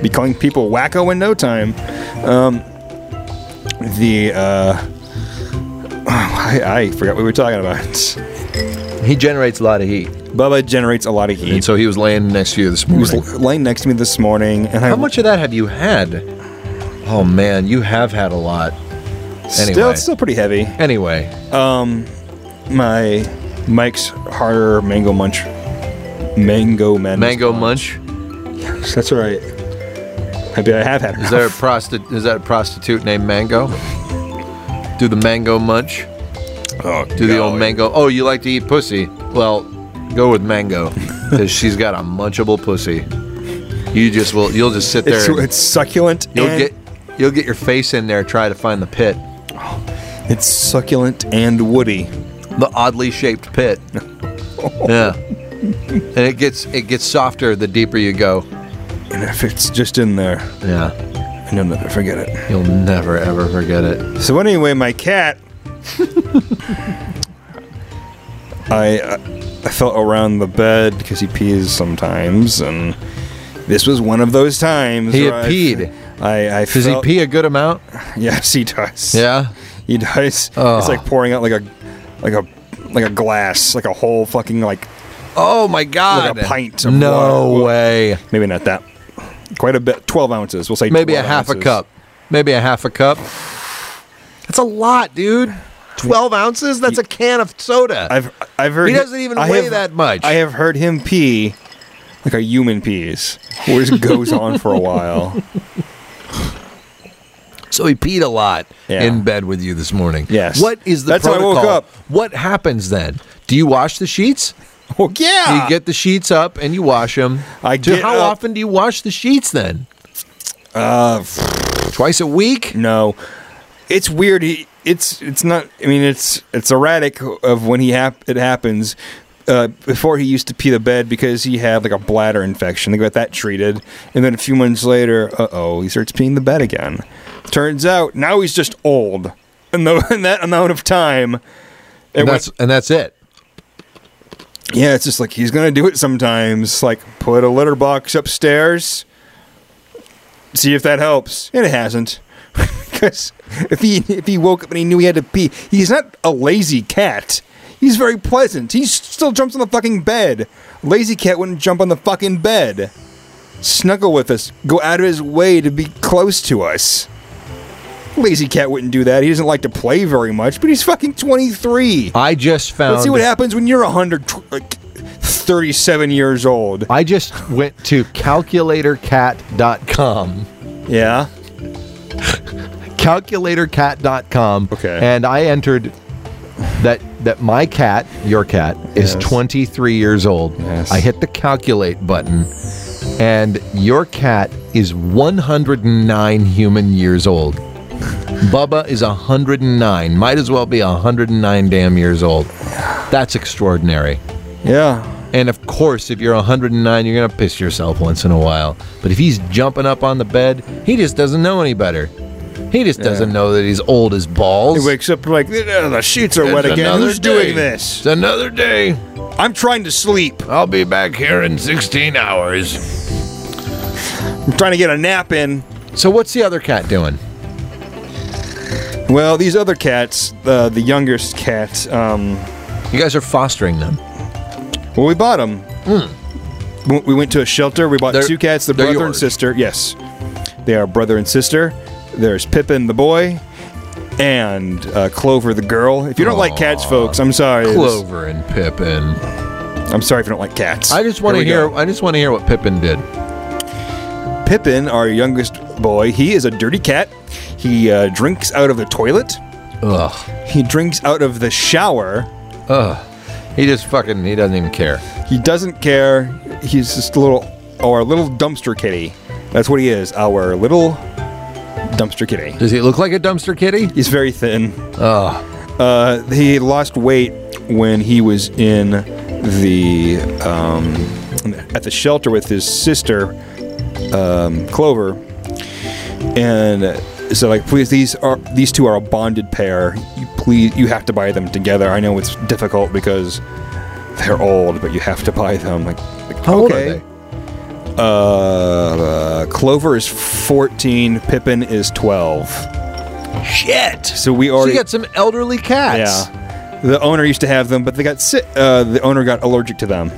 S1: Be calling people wacko in no time. Um, the uh, I, I forgot what we were talking about.
S2: He generates a lot of heat,
S1: Bubba generates a lot of heat.
S2: and so he was laying next to you this
S1: he
S2: morning.
S1: was l- laying next to me this morning, and I
S2: How much of that have you had? Oh man, you have had a lot.
S1: still
S2: Anyway.
S1: it's still pretty heavy.
S2: Anyway,
S1: my Mike's Harder Mango Munch. Mango Man.
S2: mango munch.
S1: That's right. I bet I have had
S2: Is
S1: her.
S2: there a prosti- Is that a prostitute named Mango? Do the mango munch?
S1: Oh,
S2: Do the old mango? Oh, you like to eat pussy? Well, go with mango, because she's got a munchable pussy. You just will. You'll just sit
S1: It's,
S2: there. and
S1: it's succulent
S2: you'll
S1: and
S2: get. You'll get your face in there. Try to find the pit,
S1: it's succulent and woody.
S2: the oddly shaped pit. Yeah. And it gets it gets softer the deeper you go.
S1: And if it's just in there,
S2: Yeah.
S1: and I'll never forget it.
S2: You'll never ever forget it.
S1: So anyway, my cat. I uh, I felt around the bed because he pees sometimes, and this was one of those times.
S2: He
S1: where
S2: had
S1: I-
S2: peed.
S1: I I
S2: Does
S1: felt,
S2: he pee a good amount?
S1: Yes, he does.
S2: Yeah. Oh.
S1: He does.
S2: Ugh.
S1: It's like pouring out like a, like a, like a glass, like a whole fucking like
S2: Oh my god.
S1: Like a pint of
S2: no
S1: water.
S2: way.
S1: maybe not that, quite a bit, twelve ounces. We'll say
S2: Maybe a
S1: 12
S2: half a
S1: ounces.
S2: cup. Maybe a half a cup. That's a lot, dude. 12 ounces? That's a can of soda.
S1: I've I've heard
S2: He doesn't even
S1: I
S2: weigh
S1: have-
S2: that much.
S1: I have heard him pee, like a human pees, where it goes on for a while.
S2: so he peed a lot
S1: Yeah.
S2: in bed with you this morning.
S1: Yes.
S2: What is the
S1: That's how I
S2: protocol?
S1: woke up.
S2: What happens then? Do you wash the sheets?
S1: Oh, yeah.
S2: You get the sheets up and you wash them.
S1: I
S2: Do-
S1: get
S2: how
S1: up-
S2: often do you wash the sheets then? Uh, twice a week.
S1: No, it's weird. He, it's it's not. I mean, it's it's erratic of when he hap- it happens. Uh, before he used to pee the bed because he had like a bladder infection. They got that treated, and then a few months later, uh oh, he starts peeing the bed again. Turns out now he's just old, and the, in that amount of time, when-
S2: And that's and that's it.
S1: yeah, it's just like he's gonna do it sometimes. Like put a litter box upstairs. See if that helps. And it hasn't. Because if he if he woke up and he knew he had to pee, he's not a lazy cat. He's very pleasant. He still jumps on the fucking bed. Lazy cat wouldn't jump on the fucking bed. Snuggle with us. Go out of his way to be close to us. Lazy cat wouldn't do that. He doesn't like to play very much, but he's fucking 23.
S2: I just found.
S1: Let's see what happens when you're 100, tw- like 37 years old.
S2: I just went to calculatorcat.com.
S1: Yeah.
S2: Calculatorcat.com.
S1: Okay.
S2: And I entered that that my cat, your cat, is
S1: Yes.
S2: 23 years old.
S1: Yes.
S2: I hit the calculate button, and your cat is 109 human years old. Bubba is 109. Might as well be 109 damn years old. That's extraordinary.
S1: Yeah.
S2: And of course, if you're 109, you're going to piss yourself once in a while. But if he's jumping up on the bed, he just doesn't know any better. He just doesn't know that he's old as balls.
S1: He wakes up like, "Oh, the sheets are
S2: It's
S1: wet again.
S2: another
S1: Who's
S2: day.
S1: doing
S2: It's
S1: this?
S2: another day.
S1: I'm trying to sleep.
S2: I'll be back here in.
S3: 16 hours.
S1: I'm trying to get a nap in.
S2: So, what's the other cat doing?
S1: Well, these other cats, uh, the youngest cat, um,
S2: You guys are fostering them.
S1: well, we bought them. We went to a shelter. We bought
S2: Hmm. They're-
S1: two cats, the
S2: they're
S1: brother and
S2: yours.
S1: sister. Yes. They are brother and sister. There's Pippin the boy and uh, Clover the girl. If you don't like cats, folks, I'm sorry. This-
S2: Clover and Pippin.
S1: I'm sorry if you don't like cats.
S2: I just want to
S1: Here we go.
S2: hear. I just want to hear what Pippin did.
S1: Pippin, our youngest boy, he is a dirty cat. He uh, drinks out of the toilet.
S2: Ugh.
S1: He drinks out of the shower.
S2: He just fucking. He doesn't even care.
S1: He doesn't care. He's just a little, our little dumpster kitty. That's what he is, our little dumpster kitty.
S2: Does he look like a dumpster kitty?
S1: He's very thin. Uh, he lost weight when he was in the um, at the shelter with his sister um, Clover, and uh, so like, please, these are these two are a bonded pair. You please, you have to buy them together. I know it's difficult because they're old, but you have to buy them. Like, like,
S2: How old are
S1: okay.
S2: they?
S1: Uh, uh, Clover is fourteen. Pippin is twelve.
S2: Shit.
S1: So we
S2: So
S1: already
S2: you got some elderly cats.
S1: yeah. The owner used to have them, but they got si Uh, the owner got allergic to them.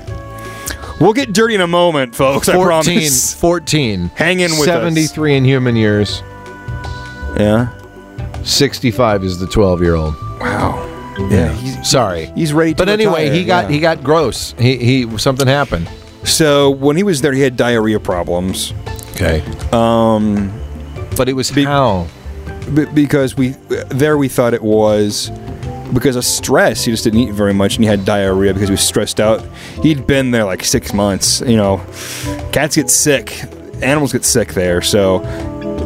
S1: We'll get dirty in a moment, folks. I
S2: 14,
S1: promise.
S2: 14.
S1: Hang in with us.
S2: 73 in human years.
S1: Yeah.
S2: 65 is the 12 year old.
S1: Wow. Yeah. He's,
S2: Sorry.
S1: he's ready. To
S2: But anyway,
S1: retire,
S2: he got
S1: yeah.
S2: he got gross. He he something happened.
S1: So when he was there, he had diarrhea problems
S2: Okay. Um but it was how?
S1: b- because we there we thought it was because of stress. He just didn't eat very much, and he had diarrhea because he was stressed out. He'd been there like six months. You know, cats get sick, animals get sick there. So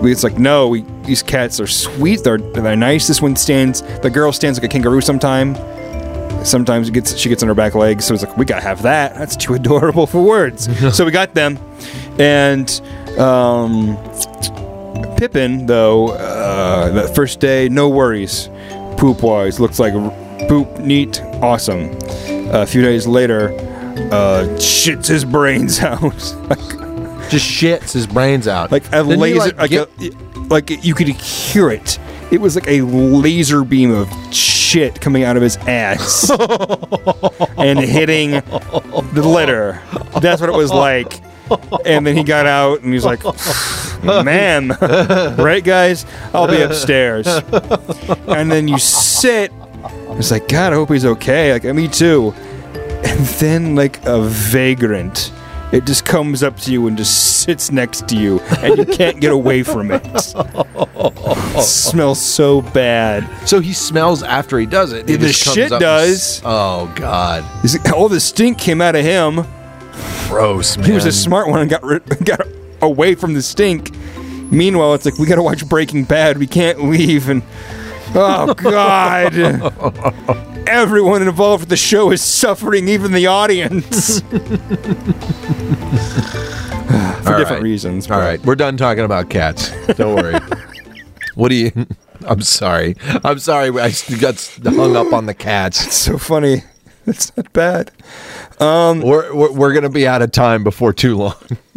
S1: we- it's like, no, we, these cats are sweet. They're they're nice. This one stands. The girl stands like a kangaroo sometime. Sometimes it gets she gets on her back legs. So it's like, we gotta have that. That's too adorable for words. so we got them, and. Um, Pippin, though, uh, that first day, no worries. Poop wise, looks like r- poop neat, awesome. a few days later, uh, shits his brains out.
S2: Just shits his brains out.
S1: like a
S2: Didn't he,
S1: laser,
S2: like,
S1: like,
S2: get-
S1: a, like you could hear it. It was like a laser beam of shit coming out of his ass and hitting the litter. That's what it was like. And then he got out and he's like, man, right, guys? I'll be upstairs. And then you sit. It's like, God, I hope he's okay. Like, me too. And then, like, a vagrant It just comes up to you and just sits next to you, and you can't get away from it. it smells so bad.
S2: So he smells after he does it. He
S1: The
S2: just comes
S1: shit
S2: up and s-
S1: does.
S2: Oh God,
S1: This- All oh, the stink came out of him.
S2: gross man.
S1: He was a smart one and got rid- got away from the stink. Meanwhile, it's like we gotta watch Breaking Bad. We can't leave, and oh god, everyone involved with the show is suffering, even the audience, for
S2: All
S1: different
S2: right.
S1: reasons.
S2: All
S1: but-
S2: right, we're done talking about cats. Don't worry. what do you? I'm sorry. I'm sorry. I s- got s- hung up on the cats.
S1: so funny. It's not bad.
S2: We're we're, we're gonna be out of time before too long.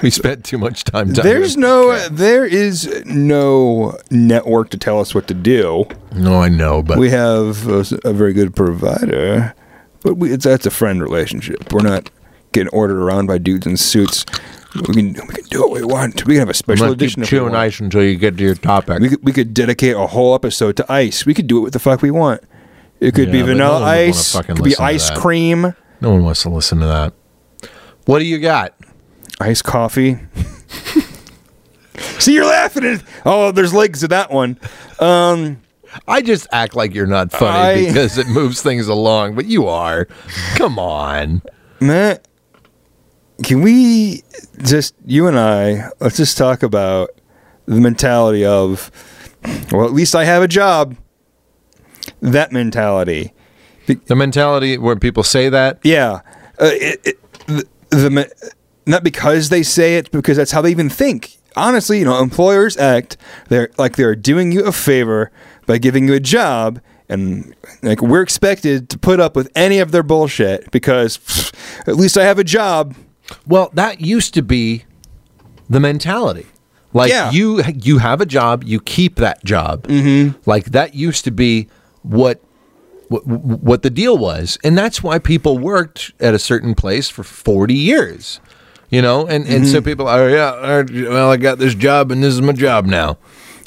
S2: we spent too much time. talking
S1: There's
S2: about
S1: no,
S2: cats.
S1: there is no network to tell us what to do.
S2: No, I know, but
S1: We have a, s- a very good provider, but we, it's, that's a friend relationship. We're not getting ordered around by dudes in suits. We can we can do what we want. We can have a
S2: I'm
S1: special
S2: gonna
S1: edition.
S2: keep
S1: if we
S2: chewing
S1: want.
S2: ice until you get to your topic.
S1: We could, we could dedicate a whole episode to ice. We could do it what the fuck we want. It could be
S2: Yeah, but no
S1: vanilla
S2: one would wanna
S1: ice. It
S2: fucking
S1: could be
S2: listen to
S1: ice
S2: that.
S1: cream,
S2: no one wants to listen to that. What do you got?
S1: ice coffee. See, you're laughing at. Oh, there's legs to that one.
S2: I just act like you're not funny
S1: I-
S2: because it moves things along, but you are. Come on.
S1: Matt, can we just you and I let's just talk about the mentality of well, at least I have a job. That mentality,
S2: The mentality where people say that.
S1: yeah. Uh, it, it, the, the me- not because they say it, because that's how they even think. Honestly, you know, employers act they're like they're doing you a favor by giving you a job, and like we're expected to put up with any of their bullshit because pfft, at least I have a job.
S2: Well, that used to be the mentality. Like
S1: Yeah.
S2: you you have a job, you keep that job.
S1: Mm-hmm.
S2: Like that used to be what what, what the deal was, and that's why people worked at a certain place for forty years, you know. And
S1: Mm-hmm.
S2: and so people are yeah, all right, well, I got this job, and this is my job now.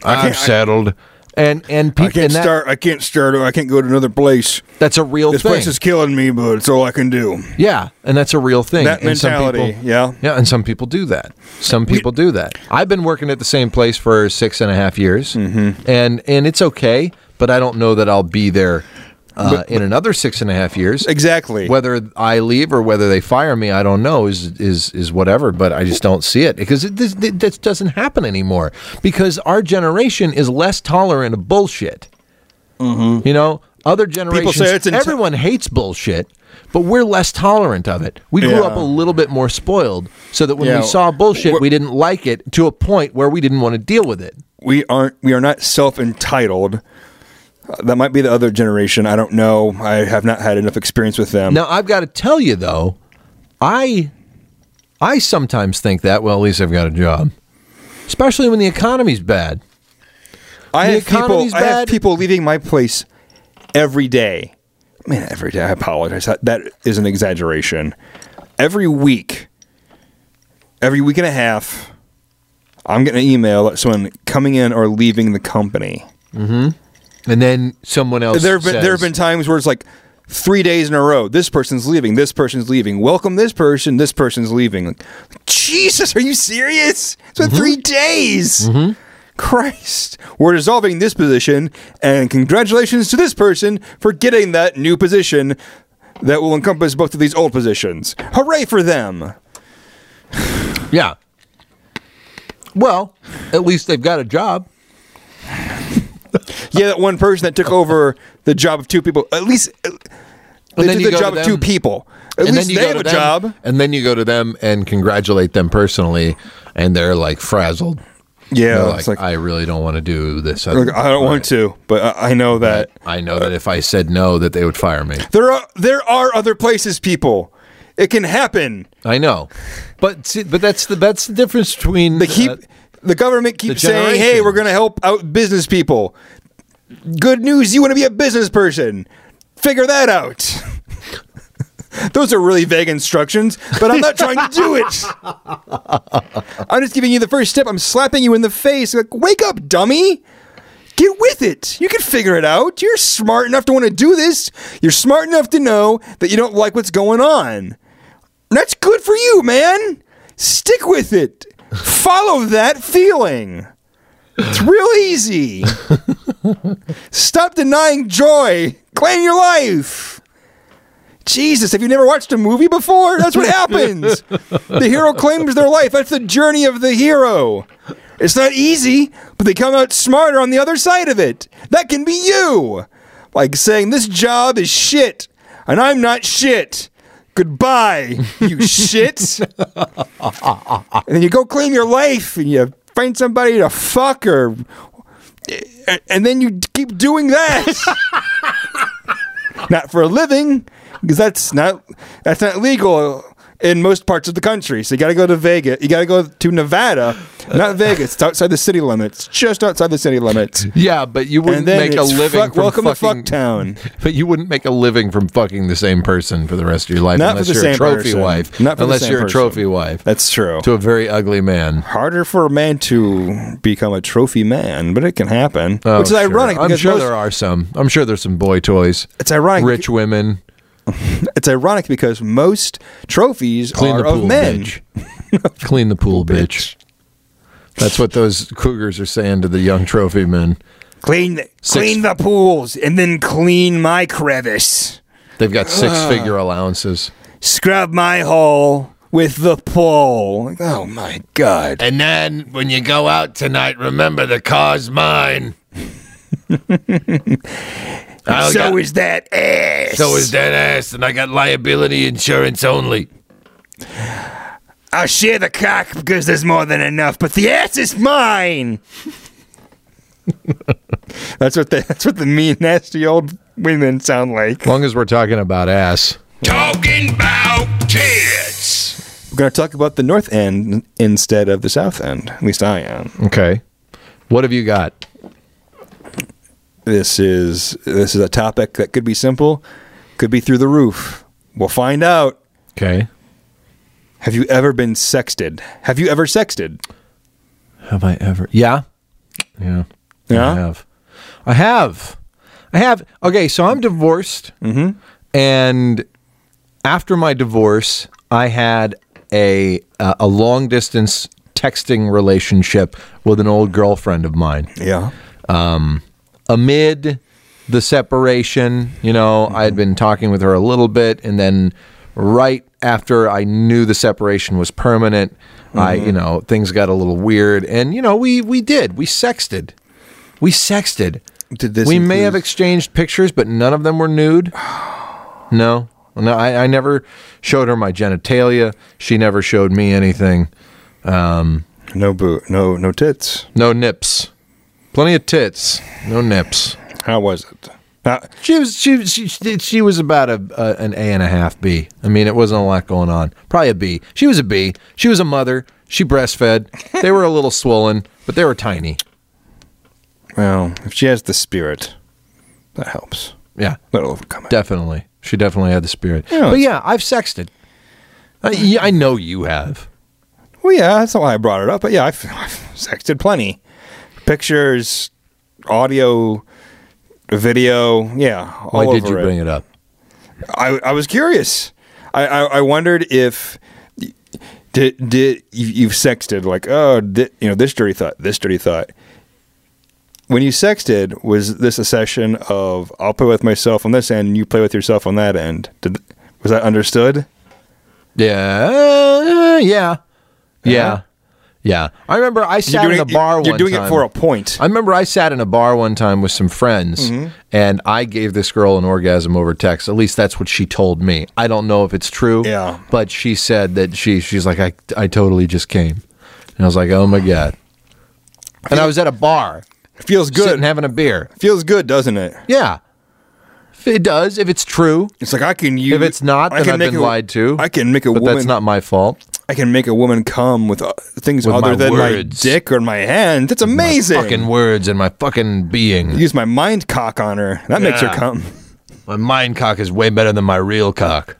S2: I'm
S1: can't- I-
S2: settled, and and
S1: I
S2: people
S1: can't
S2: and that,
S1: start. I can't start. I can't go to another place.
S2: that's a real
S1: This
S2: thing.
S1: place is killing me, but it's all I can do.
S2: yeah, and that's a real thing.
S1: That
S2: And some people-
S1: mentality. yeah.
S2: Yeah, and some people do that. Some people do that. I've been working at the same place for six and a half years, and and it's okay. But I don't know that I'll be there uh, in another six and a half years.
S1: Exactly.
S2: Whether I leave or whether they fire me, I don't know. Is is is whatever. But I just don't see it because it, this, this doesn't happen anymore. Because our generation is less tolerant of bullshit. You know, other generations,
S1: Mm-hmm. it's enti-
S2: everyone hates bullshit, but we're less tolerant of it. We grew
S1: Yeah.
S2: up a little bit more spoiled, so that when
S1: Yeah.
S2: we saw bullshit,
S1: We're-
S2: we didn't like it to a point where we didn't want to deal with it.
S1: We aren't. We are not self entitled. That might be the other generation. I don't know. I have not had enough experience with them.
S2: Now, I've got to tell you though, I, I sometimes think that well, at least I've got a job, especially when the economy's bad.
S1: I
S2: the
S1: have people.
S2: economy's
S1: I have
S2: bad.
S1: people leaving my place every day. Man, every day. I apologize. That, that is an exaggeration. Every week, every week and a half, I'm getting an email that someone coming in or leaving the company.
S2: And then someone else.
S1: there have been there have
S2: says-
S1: been times where it's like three days in a row. This person's leaving. This person's leaving. Welcome this person. This person's leaving. Like, Jesus, are you serious? It's been three
S2: Mm-hmm.
S1: days. Christ, we're dissolving this position, and congratulations to this person for getting that new position that will encompass both of these old positions. Hooray for them!
S2: Yeah. Well, at least they've got a job.
S1: Yeah, that one person that took over the job of two people. At least uh, they
S2: And then
S1: did
S2: you
S1: the
S2: go
S1: job
S2: to
S1: of two
S2: them-
S1: people. At least they
S2: go
S1: have
S2: to
S1: a
S2: them-
S1: job.
S2: And then you go to them and congratulate them personally, and they're like frazzled.
S1: Yeah,
S2: They're
S1: it's
S2: like,
S1: like
S2: I really don't want to do this.
S1: Like, I don't want to, but I, I know that
S2: I know that if I said no, that they would fire me.
S1: there are there are other places, people. It can happen.
S2: I know, but see, but that's the that's the difference between
S1: They keep
S2: uh,
S1: the government keeps saying, "Hey,
S2: generation.
S1: we're going to help out business people." Good news, you want to be a business person. Figure that out. Those are really vague instructions, but I'm not trying to do it. I'm just giving you the first step. I'm slapping you in the face. Like, wake up, dummy. Get with it. You can figure it out. You're smart enough to want to do this. You're smart enough to know that you don't like what's going on. That's good for you, man. Stick with it. Follow that feeling. It's real easy. Stop denying joy. Claim your life. Jesus, have you never watched a movie before? That's what happens. the hero claims their life. That's the journey of the hero. It's not easy, but they come out smarter on the other side of it. That can be you. Like saying, This job is shit, and I'm not shit. Goodbye, you shit. and then you go claim your life and you find somebody to fuck or. And then you keep doing that not for a living because that's not that's not legal in most parts of the country. So you got to go to Vegas. You got to go to Nevada, not Vegas. It's outside the city limits. Just outside the city limits.
S2: Yeah, but you
S1: And
S2: wouldn't
S1: then
S2: make a
S1: it's
S2: living
S1: fuck-
S2: from
S1: welcome to
S2: fucking.
S1: fuck town.
S2: But you wouldn't make a living from fucking the same person for the rest of your life
S1: Not for
S2: unless
S1: the
S2: you're
S1: same
S2: a trophy
S1: person.
S2: wife.
S1: Not for the
S2: unless
S1: same
S2: you're a
S1: person.
S2: trophy wife
S1: That's true.
S2: to a very ugly man.
S1: Harder for a man to become a trophy man, but it can happen. which is
S2: Oh, sure.
S1: ironic.
S2: I'm
S1: because
S2: sure
S1: most-
S2: there are some. I'm sure there's some boy toys.
S1: It's ironic.
S2: Rich women
S1: It's ironic because most trophies
S2: clean
S1: are
S2: the pool,
S1: of men.
S2: bitch. clean the pool, bitch. That's what those cougars are saying to the young trophy men.
S1: Clean, the, clean the pools and then clean my crevice.
S2: They've got six
S1: Ah.
S2: figure allowances.
S1: scrub my hole with the pole. Like, Oh my god.
S2: And then when you go out tonight, remember the car's mine.
S1: so is that ass.
S2: that ass, and I got liability insurance only.
S1: I'll share the cock because there's more than enough, but the ass is mine. that's what the that's what the mean nasty old women sound like.
S2: As long as we're talking about ass.
S3: Talking about kids.
S1: We're gonna talk about the north end instead of the south end. At least I am.
S2: Okay. What have you got?
S1: This is this is a topic that could be simple, could be through the roof. We'll find out.
S2: Okay.
S1: Have you ever been sexted? Have you ever sexted?
S2: Have I ever? Yeah. Yeah.
S1: Yeah?
S2: I have. I have. I have. Okay, so I'm divorced. Mm-hmm. And after my divorce, I had a uh, a long distance texting relationship with an old girlfriend of mine.
S1: Yeah.
S2: amid the separation, you know, I had been talking with her a little bit, and then right after I knew the separation was permanent, I,
S1: Mm-hmm.
S2: you know, things got a little weird, and you know, we we did, we sexted, we sexted.
S1: Did this
S2: we may have
S1: include-
S2: exchanged pictures, but none of them were nude. No, no, I, I never showed her my genitalia. She never showed me anything.
S1: No boot, no no tits.
S2: No nips. Plenty of tits. No nips.
S1: How was it? How-
S2: She was she was- she she- she was about a, a an A and a half B. I mean, it wasn't a lot going on. Probably a B. She was a B. She was a mother. She breastfed. They were a little swollen, but they were tiny.
S1: well, if she has the spirit, that helps.
S2: Yeah,
S1: That'll overcome it.
S2: definitely. She definitely had the spirit.
S1: Yeah.
S2: But yeah, I've sexted. I, yeah, I know you have.
S1: Well, yeah, that's why I brought it up. But yeah, I've, I've sexted plenty. Pictures, audio, video. Yeah, all
S2: Why did
S1: over
S2: you
S1: it.
S2: bring it up?
S1: I, I was curious. I, I, I wondered if did did you, you've sexted like oh thi- you know this dirty thought this dirty thought. When you sexted, was this a session of I'll play with myself on this end, and you play with yourself on that end? Did was that understood?
S2: Yeah, yeah, yeah, yeah. I remember I sat in
S1: doing
S2: a
S1: it-
S2: bar.
S1: You're,
S2: one
S1: doing
S2: time.
S1: it for a point.
S2: I remember I sat in a bar one time with some friends
S1: Mm-hmm.
S2: and I gave this girl an orgasm over text. At least that's what she told me. I don't know if it's true.
S1: Yeah.
S2: But she said that she she's like, I, I totally just came. And I was like, oh my God. And I was at a bar
S1: feels good.
S2: sitting having a beer.
S1: feels good, doesn't it?
S2: Yeah. If it does, if it's true.
S1: It's like I can use.
S2: If it's not,
S1: I
S2: then
S1: can
S2: I've
S1: make
S2: been
S1: a-
S2: lied to.
S1: I can make a
S2: But
S1: woman.
S2: that's not my fault.
S1: I can make a woman come with uh, things
S2: With
S1: other
S2: my
S1: than
S2: words.
S1: my dick or my hand. That's amazing.
S2: Fucking words and my fucking being.
S1: use my mind cock on her. That makes her
S2: Yeah.
S1: come.
S2: My mind cock is way better than my real cock.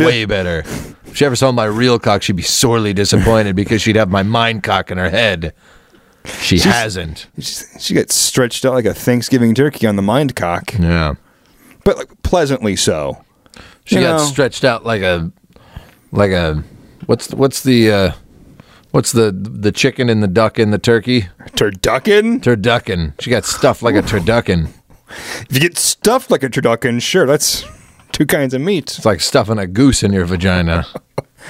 S2: way better. If she ever saw my real cock, she'd be sorely disappointed because she'd have my mind cock in her head. She hasn't.
S1: She's- She gets stretched out like a Thanksgiving turkey on the mind cock,
S2: Yeah.
S1: but like pleasantly so.
S2: She
S1: You
S2: got
S1: know.
S2: stretched out like a like a what's what's the uh, what's the the chicken and the duck and the turkey
S1: Turducken?
S2: turducken. She got stuffed like a turducken.
S1: If you get stuffed like a turducken, sure, that's two kinds of meat.
S2: It's like stuffing a goose in your vagina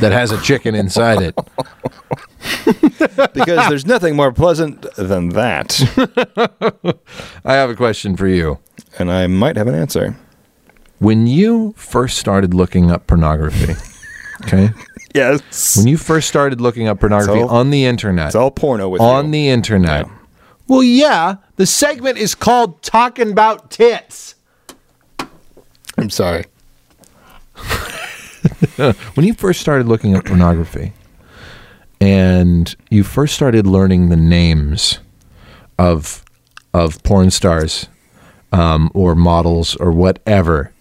S2: that has a chicken inside it.
S1: Because there's nothing more pleasant than that.
S2: I have a question for you.
S1: And I might have an answer.
S2: When you first started looking up pornography, okay?
S1: Yes.
S2: When you first started looking up pornography
S1: It's all-
S2: on the internet,
S1: It's all porno with
S2: on
S1: you.
S2: the internet. Well, yeah, the segment is called Talking About Tits.
S1: I'm sorry.
S2: When you first started looking at pornography and you first started learning the names of of porn stars um, or models or whatever,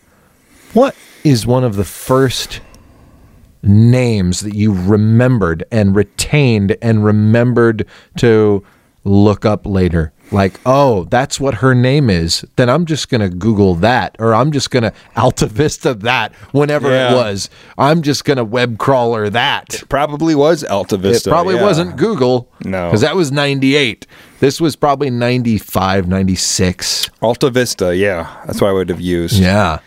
S2: what is one of the first names that you remembered and retained and remembered to look up later? Like, oh, that's what her name is. Then I'm just going to Google that or I'm just going to Alta Vista that whenever
S1: Yeah.
S2: it was. I'm just going to web crawler that.
S1: Probably was Alta
S2: It
S1: Vista.
S2: probably
S1: yeah.
S2: wasn't Google.
S1: No.
S2: Because that was 98. This was probably 95, 96.
S1: Alta Vista, yeah. That's what I would have used.
S2: Yeah.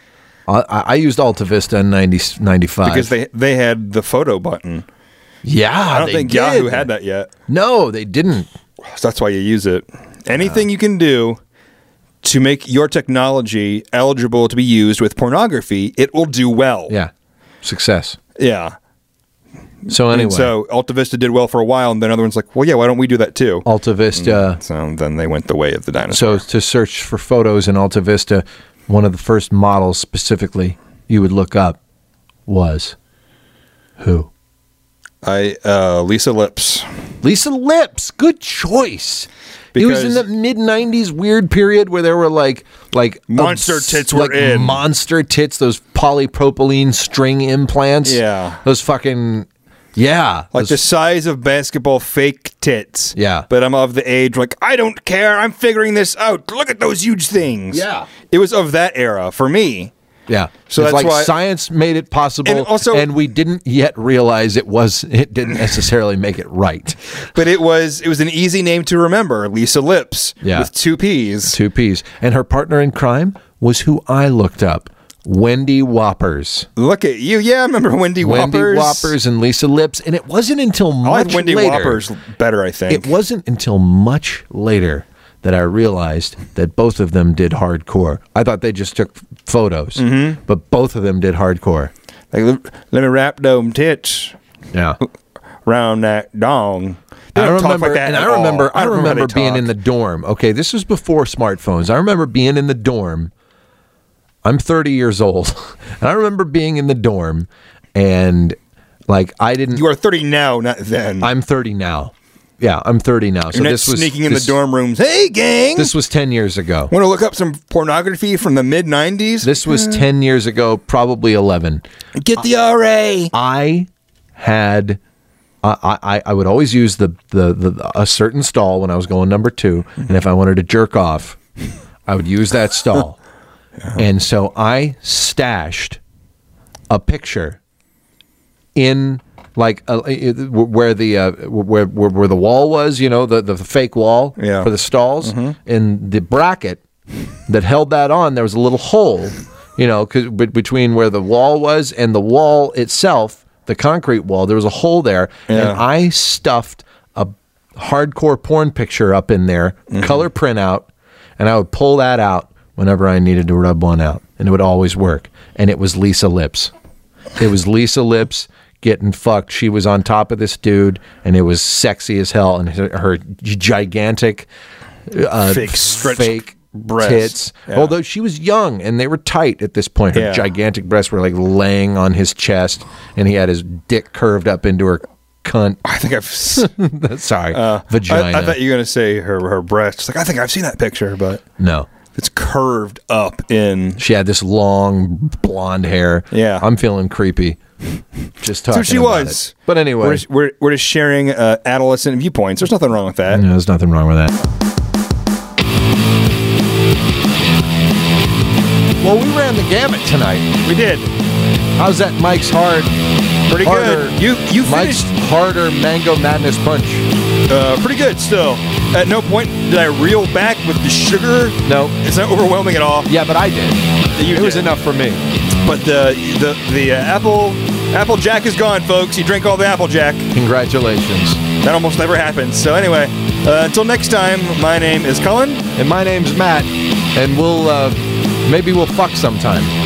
S2: I, I I used Alta Vista in 90, 95.
S1: Because they they had the photo button.
S2: yeah.
S1: I don't
S2: they
S1: think
S2: did.
S1: Yahoo had that yet.
S2: No, they didn't.
S1: So that's why you use it. Anything you can do to make your technology eligible to be used with pornography, it will do well.
S2: Yeah. Success.
S1: Yeah.
S2: So anyway,
S1: And so Alta Vista did well for a while, and then other ones like, well, yeah, why don't we do that too?
S2: Alta Vista.
S1: So then they went the way of the dinosaur.
S2: So to search for photos in Alta Vista, one of the first models specifically you would look up was who?
S1: I uh, Lisa Lips.
S2: Lisa Lips. Good choice. it was in
S1: Because-
S2: the mid '90s weird period where there were like like
S1: Monster tits were
S2: like
S1: in.
S2: monster tits, those polypropylene string implants.
S1: Yeah.
S2: those fucking yeah,
S1: Like
S2: those-
S1: the size of basketball fake tits.
S2: Yeah.
S1: But I'm of the age like I don't care. I'm figuring this out. Look at those huge things.
S2: Yeah.
S1: It was of that era for me.
S2: Yeah.
S1: So that's
S2: it's like
S1: why-
S2: science made it possible
S1: And
S2: and,
S1: also-
S2: we didn't yet realize it was it didn't necessarily make it right.
S1: But it was it was an easy name to remember, Lisa Lips.
S2: Yeah.
S1: With two P's.
S2: Two P's. And her partner in crime was who I looked up. Wendy Whoppers.
S1: Look at you. Yeah, I remember Wendy Whoppers.
S2: Wendy Whoppers and Lisa Lips. And it wasn't until
S1: I
S2: much
S1: like Wendy
S2: later.
S1: Whoppers better, I think.
S2: It wasn't until much later that I realized that both of them did hardcore. I thought they just took photos,
S1: Mm-hmm.
S2: but both of them did hardcore.
S1: like, let me wrap dome tits
S2: Yeah.
S1: round that dong. They
S2: I
S1: don't talk
S2: remember,
S1: like that
S2: and
S1: at
S2: I
S1: all.
S2: remember, I
S1: don't
S2: remember,
S1: how they
S2: being
S1: talk.
S2: in the dorm. Okay, this was before smartphones. I remember being in the dorm. I'm 30 years old, and I remember being in the dorm, and like I didn't.
S1: You are 30 now, not then.
S2: I'm 30 now. Yeah, I'm 30 now. So
S1: You're not
S2: this was
S1: sneaking in
S2: this-
S1: the dorm rooms. Hey, gang.
S2: This was 10 years ago.
S1: Want to look up some pornography from the mid 90s?
S2: This was 10 years ago, probably 11.
S1: Get the RA.
S2: I had I, I, I would always use the, the, the a certain stall when I was going number two, and if I wanted to jerk off, I would use that stall. And so I stashed a picture in like uh, where the uh, where, where where the wall was, you know, the the fake wall
S1: Yeah.
S2: for the stalls, and the bracket that held that on, there was a little hole, you know, 'cause be- between where the wall was and the wall itself, the concrete wall, there was a hole there,
S1: Yeah.
S2: and I stuffed a hardcore porn picture up in there, color printout, and I would pull that out whenever I needed to rub one out, and it would always work. And it was Lisa Lips. It was Lisa Lips getting fucked. She was on top of this dude, and it was sexy as hell. And her, her gigantic, uh,
S1: Fake stretched
S2: fake
S1: breasts.
S2: tits.
S1: Yeah.
S2: Although she was young and they were tight at this point. Her
S1: Yeah.
S2: gigantic breasts were like laying on his chest, and he had his dick curved up into her cunt.
S1: I think I've. s-
S2: Sorry,
S1: Uh, I,
S2: vagina.
S1: I thought you were going to say her, her breasts. Like, I think I've seen that picture, but
S2: no.
S1: it's curved up in.
S2: She had this long blonde hair.
S1: Yeah.
S2: I'm feeling creepy. Just
S1: So
S2: talking.
S1: she
S2: about
S1: was.
S2: it. But anyway,
S1: We're, we're, we're just sharing uh, adolescent viewpoints. There's nothing wrong with that.
S2: no, there's nothing wrong with that. Well, we ran the gamut tonight.
S1: We did.
S2: Mm. How's that Mike's Hard
S1: Pretty
S2: Harder.
S1: good. You you
S2: Mike's
S1: finished
S2: harder mango madness punch.
S1: uh, pretty good still. At no point did I reel back with the sugar.
S2: No.
S1: It's not overwhelming at all.
S2: Yeah, but I did.
S1: You
S2: it was
S1: did.
S2: enough for me.
S1: But the the the uh, apple apple jack is gone, folks. You drank all the apple jack.
S2: Congratulations.
S1: That almost never happens. So anyway, uh, until next time, my name is Cullen.
S2: And my name's Matt, and we'll uh, maybe we'll fuck sometime.